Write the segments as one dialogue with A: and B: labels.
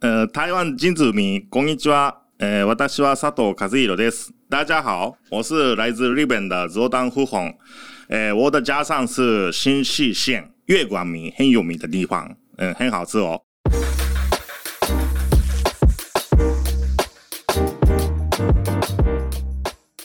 A: 呃，台湾金子民，こんにちは。呃，私は佐藤和弘です。大家好，我是来自日本的佐丹呼红。呃，我的家乡是新舄县月光米，很有名的地方，嗯，很好吃哦。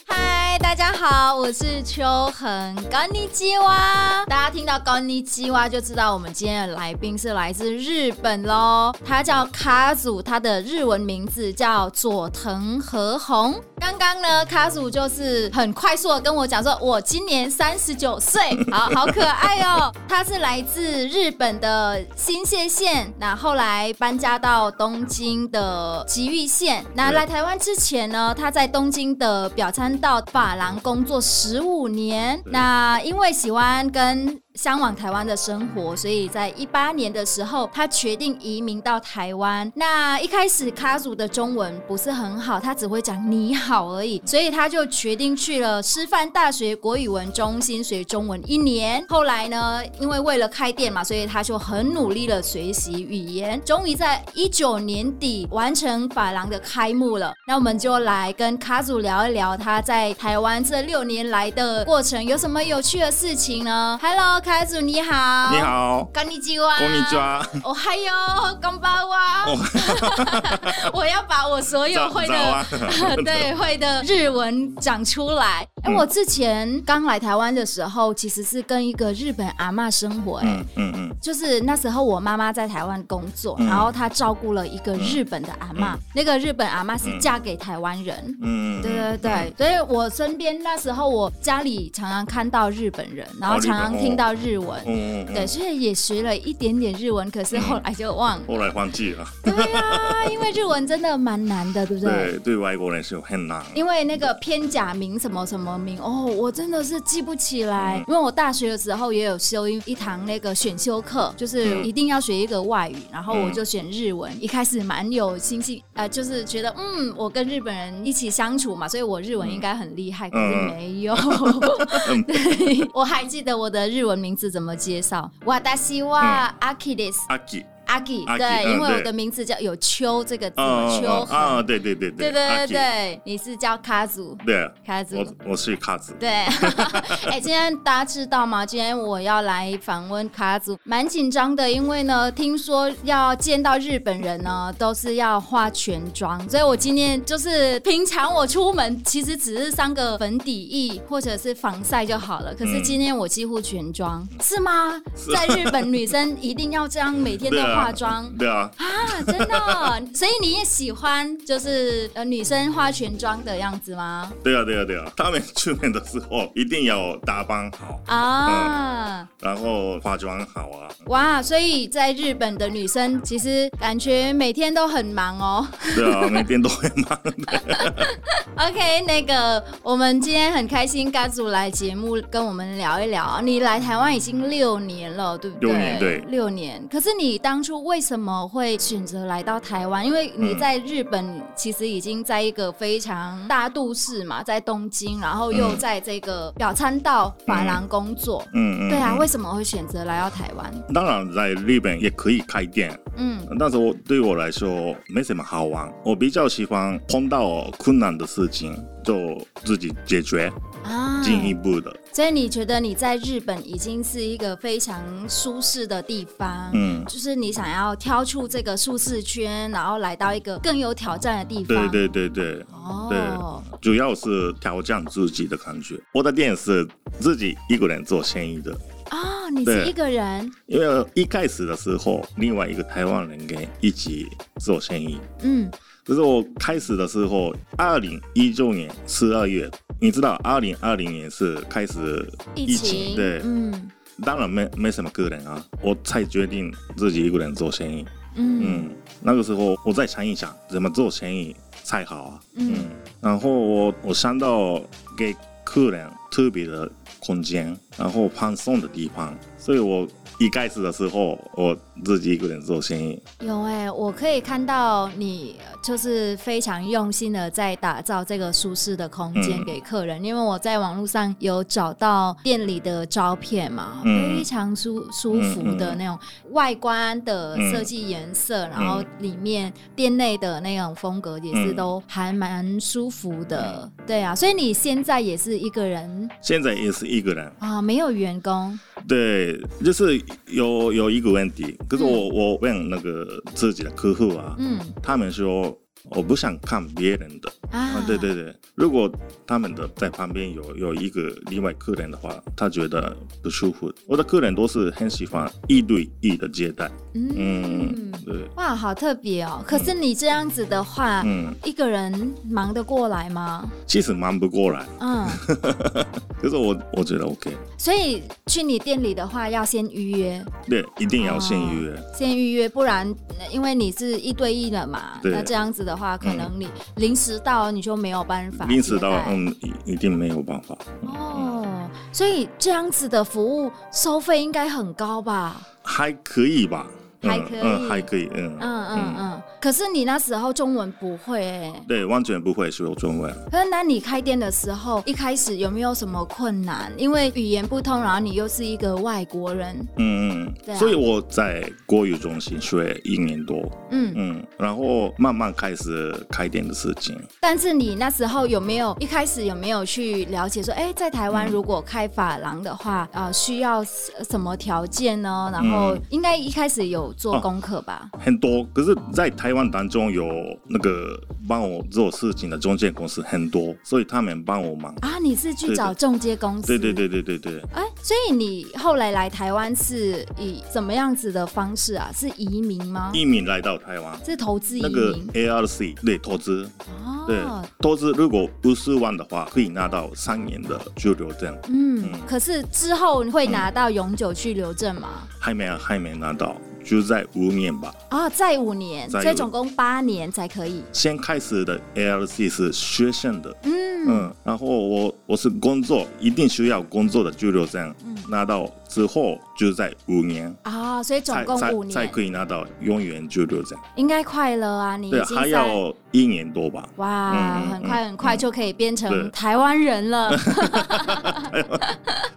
B: 嗨，大家好，我是秋恒，高尼基哇！大家听到高尼基哇就知道我们今天的来宾是来自日本喽。他叫卡祖，他的日文名字叫佐藤和宏。刚刚呢，卡祖就是很快速的跟我讲说，我今年三十九岁，好好可爱哦。他是来自日本的新泻县，那后来搬家到东京的吉玉县。那
A: 对
B: 来台湾之前呢，他在东京的表参道发廊工作十五年。
A: 对
B: 那因为喜欢跟向往台湾的生活，所以在一八年的时候，他决定移民到台湾。那一开始卡祖的中文不是很好，他只会讲你好而已，所以他就决定去了师范大学国语文中心学中文一年。后来呢，因为为了开店嘛，所以他就很努力的学习语言，终于在一九年底完成法郎的开幕了。那我们就来跟卡祖聊一聊他在台湾这六年来的过程，有什么有趣的事情呢？Hello，卡祖你好，
A: 你，好，
B: こんにちは，
A: こんにち。 は。
B: 哦嗨哟，干巴哇！ 我要把我所有会
A: 早
B: 的
A: 啊
B: 对，会的日文讲出来。哎、
A: 嗯
B: 我之前刚来台湾的时候，其实是跟一个日本阿嬷生活、哎、
A: 嗯嗯嗯，
B: 就是那时候我妈妈在台湾工作，
A: 嗯
B: 然后她照顾了一个日本的阿嬷，那个日本阿嬷是
A: 嗯
B: 嫁给台湾人。
A: 嗯，
B: 对对对，所以我身边那时候我家里常常看到日本人，然后
A: 哦日本
B: 常常听到日文，
A: 嗯，嗯嗯，
B: 对，所以也学了一点点日文，可是后来就忘了。
A: 后来忘记了。
B: 对呀、因为日文真的蛮难的，对不对？
A: 对，对外国人是很难。
B: 因为那个片假名什么什么名哦，我真的是记不起来。
A: 嗯
B: 因为我大学的时候也有修一一堂那个选修课，就是
A: 嗯
B: 一定要学一个外语，然后我
A: 嗯
B: 就选日文。一开始蛮有信心，呃，就是觉得嗯，我跟日本人一起相处嘛，所以我日文应该很厉害，可是没有。
A: 嗯
B: 对，我还记得我的日文名字怎么介绍，わたしは阿基です。
A: 阿吉，
B: 阿基，
A: Aki，
B: 对，
A: 嗯
B: 因为我
A: 对
B: 的名字叫有秋这个字，
A: 嗯
B: 秋
A: 嗯
B: 痕
A: 啊，对对对对，
B: 对对对
A: 阿
B: 对，你是叫卡祖，
A: 吉对，
B: 卡祖。
A: 我我是卡子。
B: 对， 哎、今天大家知道吗？今天我要来访问卡祖，蛮紧张的，因为呢，听说要见到日本人呢，都是要化全妆，所以我今天就是平常我出门其实只是上个粉底液或者是防晒就好了，可是
A: 嗯
B: 今天我几乎全妆，是吗？
A: 是
B: 在日本女生一定要这样每天都
A: 对啊
B: 化妆，
A: 对啊，
B: 啊，真的哦、所以你也喜欢就是呃女生化全妆的样子吗？
A: 对啊，对啊，对啊，他们出门的时候一定要打扮好，
B: 啊，
A: 然后化妆好啊。
B: 哇！所以在日本的女生其实感觉每天都很忙哦。
A: 对啊，每天都会忙。
B: OK，那个我们今天很开心，嘎祖来节目跟我们聊一聊。你来台湾已经六年了，对不对？
A: 六年对
B: 六年。可是你当初为什么会选择来到台湾？因为你
A: 嗯
B: 在日本其实已经在一个非常大都市嘛，在东京，然后又
A: 嗯
B: 在这个表参道法廊工作。
A: 嗯嗯，
B: 对啊，
A: 嗯
B: 为什么会选择来到台湾？
A: 当然在日本也可以开店，
B: 嗯
A: 但是我对我来说没什么好玩。我比较喜欢碰到困难的事情就自己解决，
B: 啊，
A: 进一步的。
B: 所以你觉得你在日本已经是一个非常舒适的地方？
A: 嗯，
B: 就是你想要跳出这个舒适圈，然后来到一个更有挑战的地
A: 对
B: 方。
A: 对对对。
B: 哦，
A: 对，主要是挑战自己的感觉。我的店是自己一个人做生意的，
B: 啊，你是
A: 对
B: 一个人，
A: 因为一开始的时候，另外一个台湾人跟一起做生意。
B: 嗯，
A: 可是我开始的时候，二零一九年十二月，你知道，二零二零年是开始
B: 疫
A: 疫
B: 情，
A: 情，对，
B: 嗯
A: 当然没没什么个人啊，我才决定自己一个人做生意。
B: 嗯
A: 嗯，那个时候我再想一想怎么做生意才好啊。
B: 嗯
A: 然后我我想到给客人特别的空间，然后放松的地方。所以我一开始的时候，我自己一个人做生意，
B: 有哎、我可以看到你就是非常用心的在打造这个舒适的空间
A: 嗯
B: 给客人，因为我在网络上有找到店里的照片嘛，
A: 嗯
B: 非常舒舒服
A: 嗯
B: 的
A: 嗯嗯
B: 那种外观的设计颜色，然后里面店内的那种风格也是
A: 嗯
B: 都还蛮舒服的，对啊，所以你现在也是一个人
A: 现在也是一个人。
B: 啊、没有员工，
A: 对，就是有有一个问题，可是我、我问那个自己的客户啊，
B: 嗯
A: 他们说我不想看别人的
B: 啊
A: 啊，对对对，如果他们的在旁边有有一个另外客人的话，他觉得不舒服。我的客人都是很喜欢一对一的接待，嗯，
B: 嗯
A: 对，
B: 哇，好特别哦！可是你这样子的话，
A: 嗯，
B: 一个人忙得过来吗？
A: 其实忙不过来，
B: 嗯，
A: 可是我我觉得 OK，
B: 所以去你店里的话，要先预约，
A: 对，一定要先预约，
B: 先预约，不然呃因为你是一对一的嘛，
A: 对
B: 那这样子的话，可
A: 嗯
B: 能你临时到你就没有办法
A: 临时
B: 接
A: 到
B: 待
A: 嗯，一一定没有办法。
B: 哦，所以这样子的服务收费应该很高吧？
A: 还可以吧，嗯
B: 还可以
A: 嗯，还可以，嗯
B: 嗯嗯嗯。可是你那时候中文不会哎、
A: 对，完全不会说中文。
B: 可是，那你开店的时候，一开始有没有什么困难？因为语言不通，然后你又是一个外国人，
A: 嗯嗯
B: 对啊
A: 嗯，所以我在国语中心学一年多，
B: 嗯，
A: 嗯，然后慢慢开始开店的事情。
B: 但是你那时候有没有一开始有没有去了解说，哎、在台湾如果开发廊的话，呃，需要什什么条件呢？然后
A: 嗯
B: 应该一开始有做
A: 哦
B: 功课吧？
A: 很多，可是，在台湾当中有那个帮我做事情的中介公司很多，所以他们帮我忙。
B: 啊，你是去
A: 对
B: 找
A: 对
B: 中介公司？
A: 对对。对对对对，
B: 哎、所以你后来来台湾是以怎么样子的方式啊？是移民吗？
A: 移民来到台湾，
B: 是投资移
A: 那个
B: 民？
A: ARC 对投资，对
B: 哦，
A: 投资如果五十万的话，可以拿到三年的居留证，
B: 嗯，可是之后会拿到永久居留证吗？
A: 还没啊还没拿到，就在五年吧。
B: 啊、再五年，
A: 再
B: 所以
A: 五
B: 总共八年才可以。
A: 先开始的 ALC 是学生的，
B: 嗯
A: 嗯，然后我我是工作，一定需要工作的居留证，
B: 嗯
A: 拿到之后就在五年，
B: 啊、所以总
A: 才
B: 共
A: 才
B: 五
A: 才
B: 年，
A: 可以拿到永远居留证，
B: 应该快了啊！你
A: 对
B: 已，经
A: 还
B: 在
A: 要一年多吧，
B: 哇，
A: 嗯嗯
B: 很快
A: 嗯
B: 很快就可以变成
A: 对
B: 台湾人 了。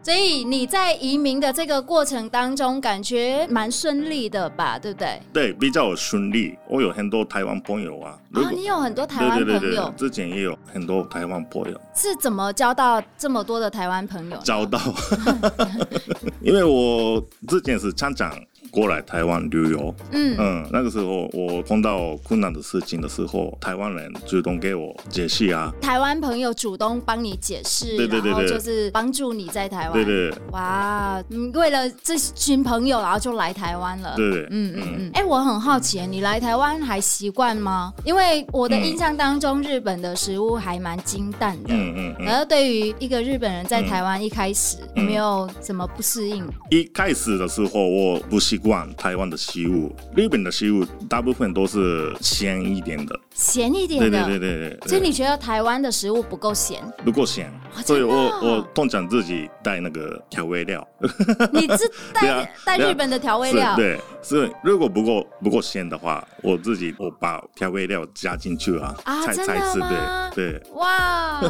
B: 所以你在移民的这个过程当中，感觉蛮顺利的吧？对不对？
A: 对，比较顺利。我有很多台湾朋友啊，如
B: 啊，
A: 果
B: 你有很多台
A: 对
B: 湾
A: 对
B: 朋友，
A: 对对，之前也有很多台湾朋 友
B: 是怎么交到这么多的台湾朋友呢？
A: 找到， 因为我之前是常常过来台湾旅游，
B: 嗯
A: 嗯，那个时候我碰到困难的事情的时候，台湾人主动给我解释啊，
B: 台湾朋友主动帮你解释，
A: 对对对
B: 然后
A: 对
B: 就是帮助你在台湾。
A: 对对
B: 哇，嗯，为了这群朋友，然后就来台湾了。
A: 对对，
B: 嗯嗯嗯，哎、我很好奇，你来台湾还习惯吗？因为我的印象当中，日本的食物还蛮清淡的。
A: 嗯嗯嗯，
B: 然后对于一个日本人在台湾一开始、有没有什么不适应？
A: 一开始的时候我不习惯台湾的食物，日本的食物大部分都是咸一点的，
B: 咸一点
A: 对
B: 的，
A: 对对对对，
B: 所以
A: 对
B: 你觉得台湾的食物不 够咸？
A: 不够咸
B: 真的，
A: 所以我
B: 哦
A: 我通常自己带那个调味料，
B: 你是
A: 对啊
B: 带带
A: 对啊
B: 日本的调味
A: 是
B: 料？
A: 对，所以如果不够不够咸的话，我自己我把调味料加进去啊，
B: 啊
A: 才
B: 真
A: 才
B: 的
A: 吃，
B: 吗
A: 对对。
B: 哇，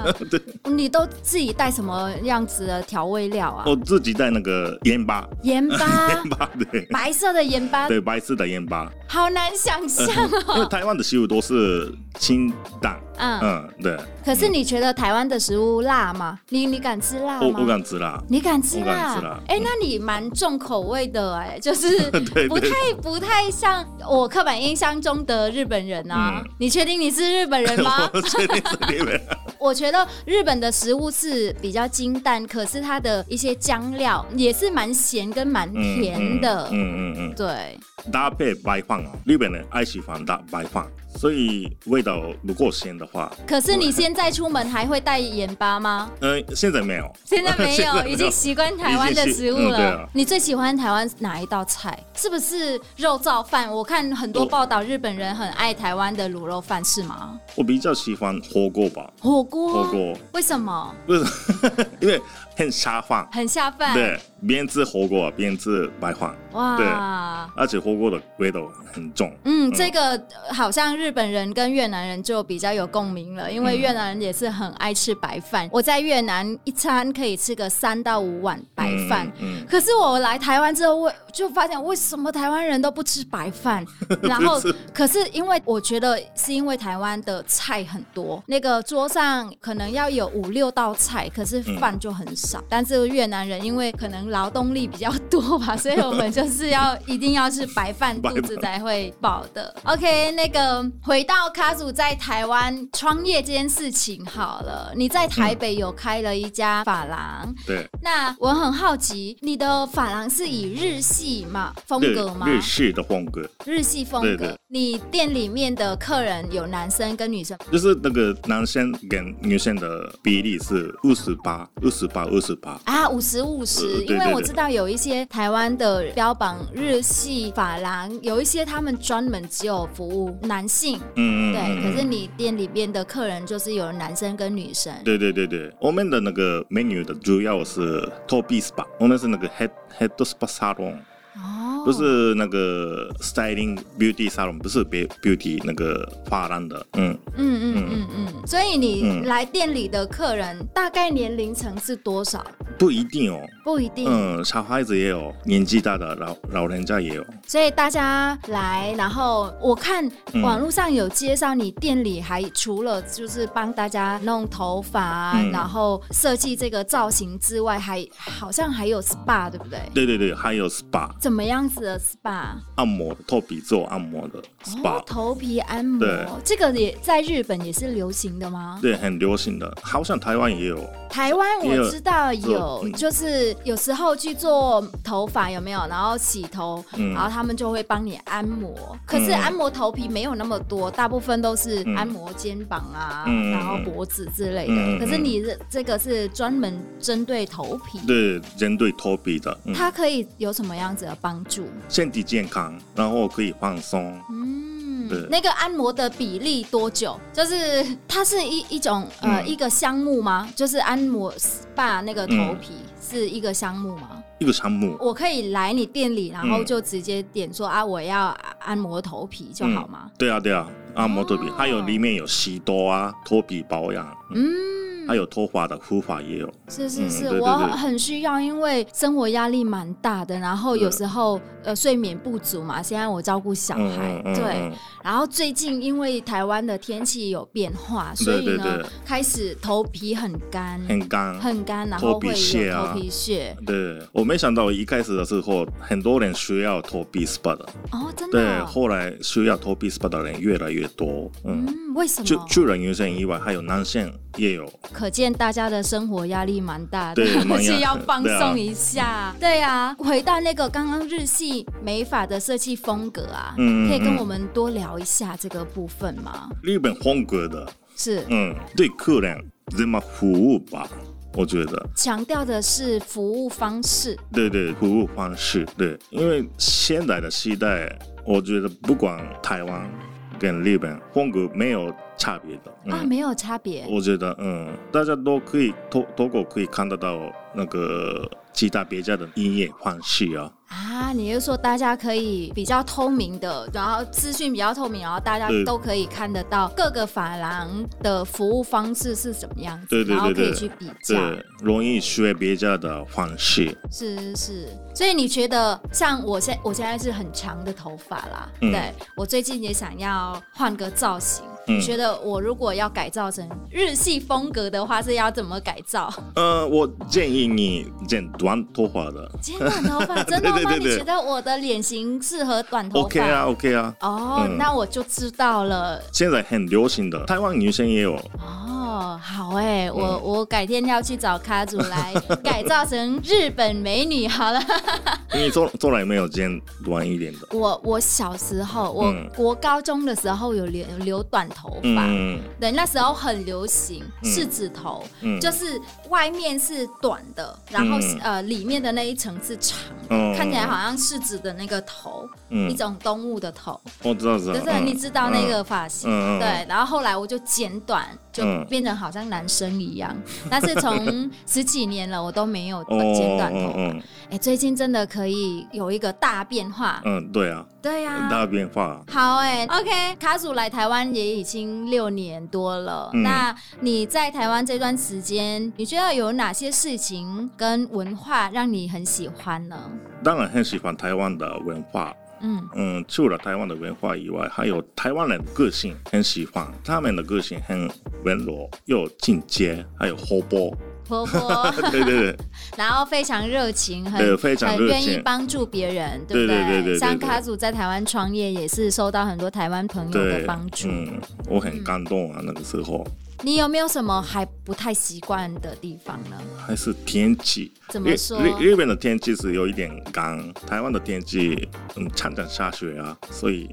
B: 你都自己带什么样子的调味料啊？
A: 我自己带那个盐巴，
B: 盐巴
A: 盐，巴对，
B: 白色的盐巴，
A: 对，白色的盐巴，嗯
B: 好难想象
A: 因为
B: 哦。
A: 台湾的食物都是清淡，
B: 嗯，
A: 嗯，对，
B: 可是你觉得台湾的食物辣吗？你你敢吃辣
A: 我
B: 吗？
A: 我敢吃辣，
B: 你敢吃
A: 我
B: 辣？
A: 敢吃辣
B: 哎、那你蛮重口味的哎、就是
A: 对
B: 不太
A: 对
B: 不太像我刻板印象中的日本人啊。
A: 嗯
B: 你确定你是日本人吗？
A: 我确定是你 们，
B: 我觉得日本的食物是比较清淡，可是它的一些酱料也是蛮咸跟蛮甜的。
A: 嗯嗯嗯嗯，
B: 对，
A: 搭配白饭哦，日本人爱喜欢搭白饭，所以味道如果鲜的话，
B: 可是你现在出门还会带盐巴吗？
A: 嗯、呃，现在没有，
B: 现在没
A: 现在
B: 有，已经习惯台湾的食物
A: 已经习嗯对
B: 了
A: 啊。
B: 你最喜欢台湾哪一道菜？是不是肉燥饭？我看很多报道，日本人很爱台湾的卤肉饭，是吗？
A: 我比较喜欢火锅吧，
B: 火锅？
A: 火锅？
B: 为什么？
A: 不是 因为很下饭，
B: 很下饭。
A: 对，边吃火锅啊边吃白饭，
B: 哇。
A: 而且火锅的味道很重。
B: 嗯，这个呃好像日本人跟越南人就比较有共鸣了，
A: 嗯
B: 因为越南人也是很爱吃白饭。我在越南一餐可以吃个三到五碗白饭，
A: 嗯，
B: 可是我来台湾之后，我就发现为什么台湾人都不吃白饭，然后可是因为我觉得是因为台湾的菜很多，那个桌上可能要有五六道菜，可是饭就很少。但是越南人因为可能劳动力比较多吧，所以我们就是要一定要吃白饭，
A: 白
B: 肚
A: 饭
B: 子才会饱的。OK，那个回到卡祖在台湾创业这件事情好了，你在台北有开了一家发廊。
A: 对，
B: 那我很好奇，你的发廊是以日系嘛风
A: 日
B: 格吗？
A: 日式的风格，
B: 日系风
A: 对
B: 格。
A: 对
B: 你店里面的客人有男生跟女生，
A: 就是那个男生跟女生的比例是二十八、二十八、二十八。
B: 啊，五十五十，
A: 呃对
B: 因
A: 对
B: 为
A: 对
B: 我知道有一些台湾的标榜日系发廊，有一些他们专门只有服务男性，
A: 嗯嗯，
B: 对。
A: 嗯
B: 可是
A: 嗯
B: 你店里面的客人就是有男生跟女生，
A: 对对对对，我们的那个 menu 的主要是 top spa，我们是那个 head head spa salon，
B: 哦，
A: 不是那个 styling beauty salon，不是 be- beauty 那个发廊的，嗯，
B: 嗯嗯嗯嗯。所以你
A: 嗯
B: 来店里的客人大概年龄层是多少？
A: 不一定哦，
B: 不一定。
A: 嗯，小孩子也有，年纪大的老老人家也有，
B: 所以大家来，然后我看
A: 嗯
B: 网络上有介绍，你店里还除了就是帮大家弄头发啊、
A: 嗯
B: 然后设计这个造型之外，还好像还有 SPA，对不对？
A: 对对对，还有 spa
B: 怎么样子的 SPA？
A: 按摩的，头皮做按摩的 spa，、
B: 哦，头皮按摩
A: 对，
B: 这个也在日本也是流行的吗？
A: 对，很流行的，好像台湾也有，
B: 台湾
A: 也
B: 我
A: 有
B: 知道有
A: 做，嗯
B: 就是有时候去做头发有没有，然后洗头，
A: 嗯
B: 然后他们就会帮你按摩。可是
A: 嗯
B: 按摩头皮没有那么多，大部分都是按摩肩膀啊，
A: 嗯
B: 然后脖子之类的。
A: 嗯嗯嗯
B: 可是你这这个是专门针对头皮，
A: 对，针对头皮的，嗯，
B: 它可以有什么样子的帮助？
A: 身体健康，然后可以放松，
B: 嗯
A: 对，
B: 那个按摩的比例多久？就是 它是一一种呃、
A: 嗯
B: 一个项目吗？就是按摩 SPA 那个头
A: 嗯
B: 皮、是一个项目吗？
A: 一个项目，
B: 我可以来你店里，然后
A: 嗯
B: 就直接点说、啊，我要按摩头皮就好吗？
A: 对啊对啊，按摩头皮，
B: 哦
A: 还有里面有洗头啊，头皮保养，嗯，
B: 嗯，
A: 还有头发的护发也有，
B: 是是
A: 嗯
B: 是，
A: 对对
B: 我
A: 对
B: 很需要，因为生活压力蛮大的，然后有时候呃睡眠不足嘛，现在我照顾小孩，
A: 嗯嗯嗯
B: 对，
A: 嗯
B: 然后最近因为台湾的天气有变化，所以呢
A: 对对
B: 开始头皮很干，
A: 很干，
B: 很干，然后
A: 头皮
B: 会有
A: 屑啊
B: 头皮屑，
A: 对，我没想到一开始的时候，很多人需要头皮 SPA 的，
B: 哦，真
A: 对，
B: 的哦、
A: 后来需要头皮 SPA 的人越来越多，嗯，
B: 嗯，为什
A: 除
B: 么？
A: 除了女生以外，还有男性也有，
B: 可见大家的生活压力蛮大的，
A: 对啊蛮压
B: 是要放松一下。对啊，回到那个刚刚日系美发的设计风格啊，
A: 嗯
B: 可以跟
A: 嗯
B: 我们多聊一下这个部分吗？
A: 日本风格的，
B: 是
A: 嗯，对客人怎么服务吧，我觉得。
B: 强调的是服务方式，
A: 对对，服务方式对，因为现在的时代，我觉得不管台湾跟日本风格没有差别的。嗯、
B: 啊，没有差别。
A: 我觉得嗯，大家都可以透透过可以看得到那个其他别家的音乐方式啊。
B: 啊，你就说大家可以比较透明的，然后资讯比较透明，然后大家
A: 对
B: 都可以看得到各个发廊的服务方式是怎么样子，
A: 对对
B: 然后
A: 对
B: 可以
A: 对，
B: 去比较。
A: 对，容易学别家的方式。
B: 是是是，所以你觉得像我现我现在是很长的头发啦，
A: 嗯
B: 对我最近也想要换个造型。
A: 嗯
B: 你觉得我如果要改造成日系风格的话，是要怎么改造？
A: 呃，我建议你剪短头发的
B: 剪短头发真的吗？
A: 对对对对
B: 你觉得我的脸型适合短头发
A: ，OK 啊，OK 啊。
B: 哦，
A: 嗯
B: 那我就知道了。
A: 现在很流行的，台湾女生也有，
B: 哦，好哎、我、
A: 嗯
B: 我改天要去找卡祖 来改造成日本美女好了。
A: 你做做了有没有剪短一点的？
B: 我我小时候，我
A: 嗯
B: 国高中的时候有留留短头发，
A: 嗯
B: 对，那时候很流行柿子头，
A: 嗯
B: 就是外面是短的，然后、
A: 嗯
B: 呃里面的那一层是长的，
A: 嗯
B: 看起来好像柿子的那个头，一
A: 嗯，
B: 种动物的头，
A: 我哦知道知道，嗯
B: 就是你知道那个发型。
A: 嗯，嗯，
B: 对，然后后来我就剪短，就
A: 嗯
B: 变成好像男生一样。 但是从 十几年了，我都没有
A: 嗯哦，
B: 剪短头发。哎、
A: 嗯嗯
B: 最近真的可以有一个大变化。
A: 嗯，对啊，
B: 对呀、
A: 大变化，
B: 好哎、o k 卡祖来台湾也已经六年多了。
A: 嗯
B: 那你在台湾这段时间，你觉得有哪些事情跟文化让你很喜欢呢？
A: 当然很喜欢台湾的文化。
B: 嗯
A: 嗯，除了台湾的文化以外，还有台湾人的个性很喜欢，他们的个性很温柔又亲切，还有活 泼。
B: 活泼，
A: 对对对，
B: 然后非常热情，
A: 对
B: 很
A: 非常
B: 很
A: 热
B: 愿意
A: 情。
B: 帮助别人，对
A: 对对
B: 不
A: 对对对对
B: 像卡祖在台湾创业，也是受到很多台湾朋友的
A: 对
B: 帮，助。
A: 嗯，我很感动啊，那个时候
B: 你有没有什么还不太习惯的地方呢？
A: 还是天气。
B: 怎
A: 日
B: 么说？
A: 日日本的天气是有一点干，台湾的天气嗯常常下雪啊，所以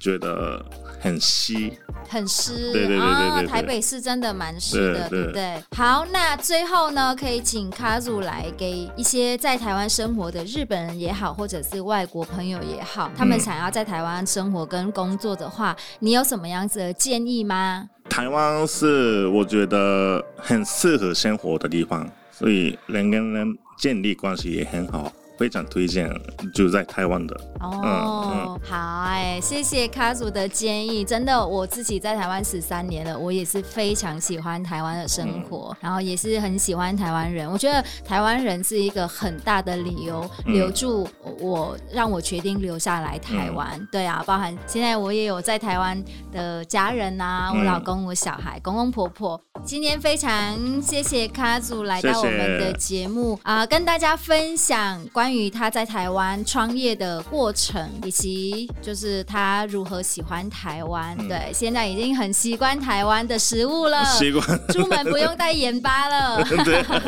A: 觉得很稀。
B: 很湿，
A: 对对对对
B: 啊
A: 对对
B: 台北是真的蛮湿的，对
A: 对
B: 不对？好，那最后呢，可以请卡祖来给一些在台湾生活的日本人也好，或者是外国朋友也好，他们
A: 嗯
B: 想要在台湾生活跟工作的话，你有什么样子的建议吗？
A: 台湾是我觉得很适合生活的地方，所以人跟人建立关系也很好，非常推荐住在台湾的。嗯
B: 哦，好哎、谢谢卡祖的建议。真的，我自己在台湾十三年了，我也是非常喜欢台湾的生
A: 嗯
B: 活，然后也是很喜欢台湾人。我觉得台湾人是一个很大的理由，
A: 嗯
B: 留住我，让我决定留下来台湾。
A: 嗯
B: 对啊，包含现在我也有在台湾的家人呐、我
A: 嗯
B: 老公、我小孩、公公婆婆。今天非常谢谢卡祖来到我
A: 谢谢
B: 们的节目啊、跟大家分享关于他在台湾创业的过程，以及就是他如何喜欢台湾。
A: 嗯
B: 对，现在已经很习惯台湾的食物了。
A: 习惯、
B: 出门不用带盐巴了。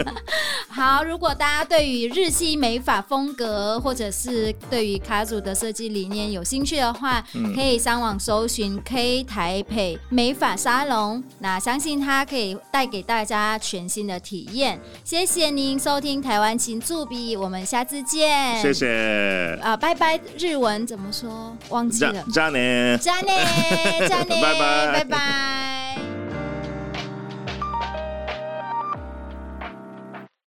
B: 好，如果大家对于日系美发风格，或者是对于卡组的设计理念有兴趣的话，
A: 嗯
B: 可以上网搜寻 K 台北美发沙龙。那相信它可以带给大家全新的体验。谢谢您收听台湾情助比，我们下次见。
A: 谢。谢，
B: 啊、拜拜，日文怎么说？忘记
A: 加
B: 了。
A: 加年。
B: 加内，加内，
A: 拜拜
B: 拜拜。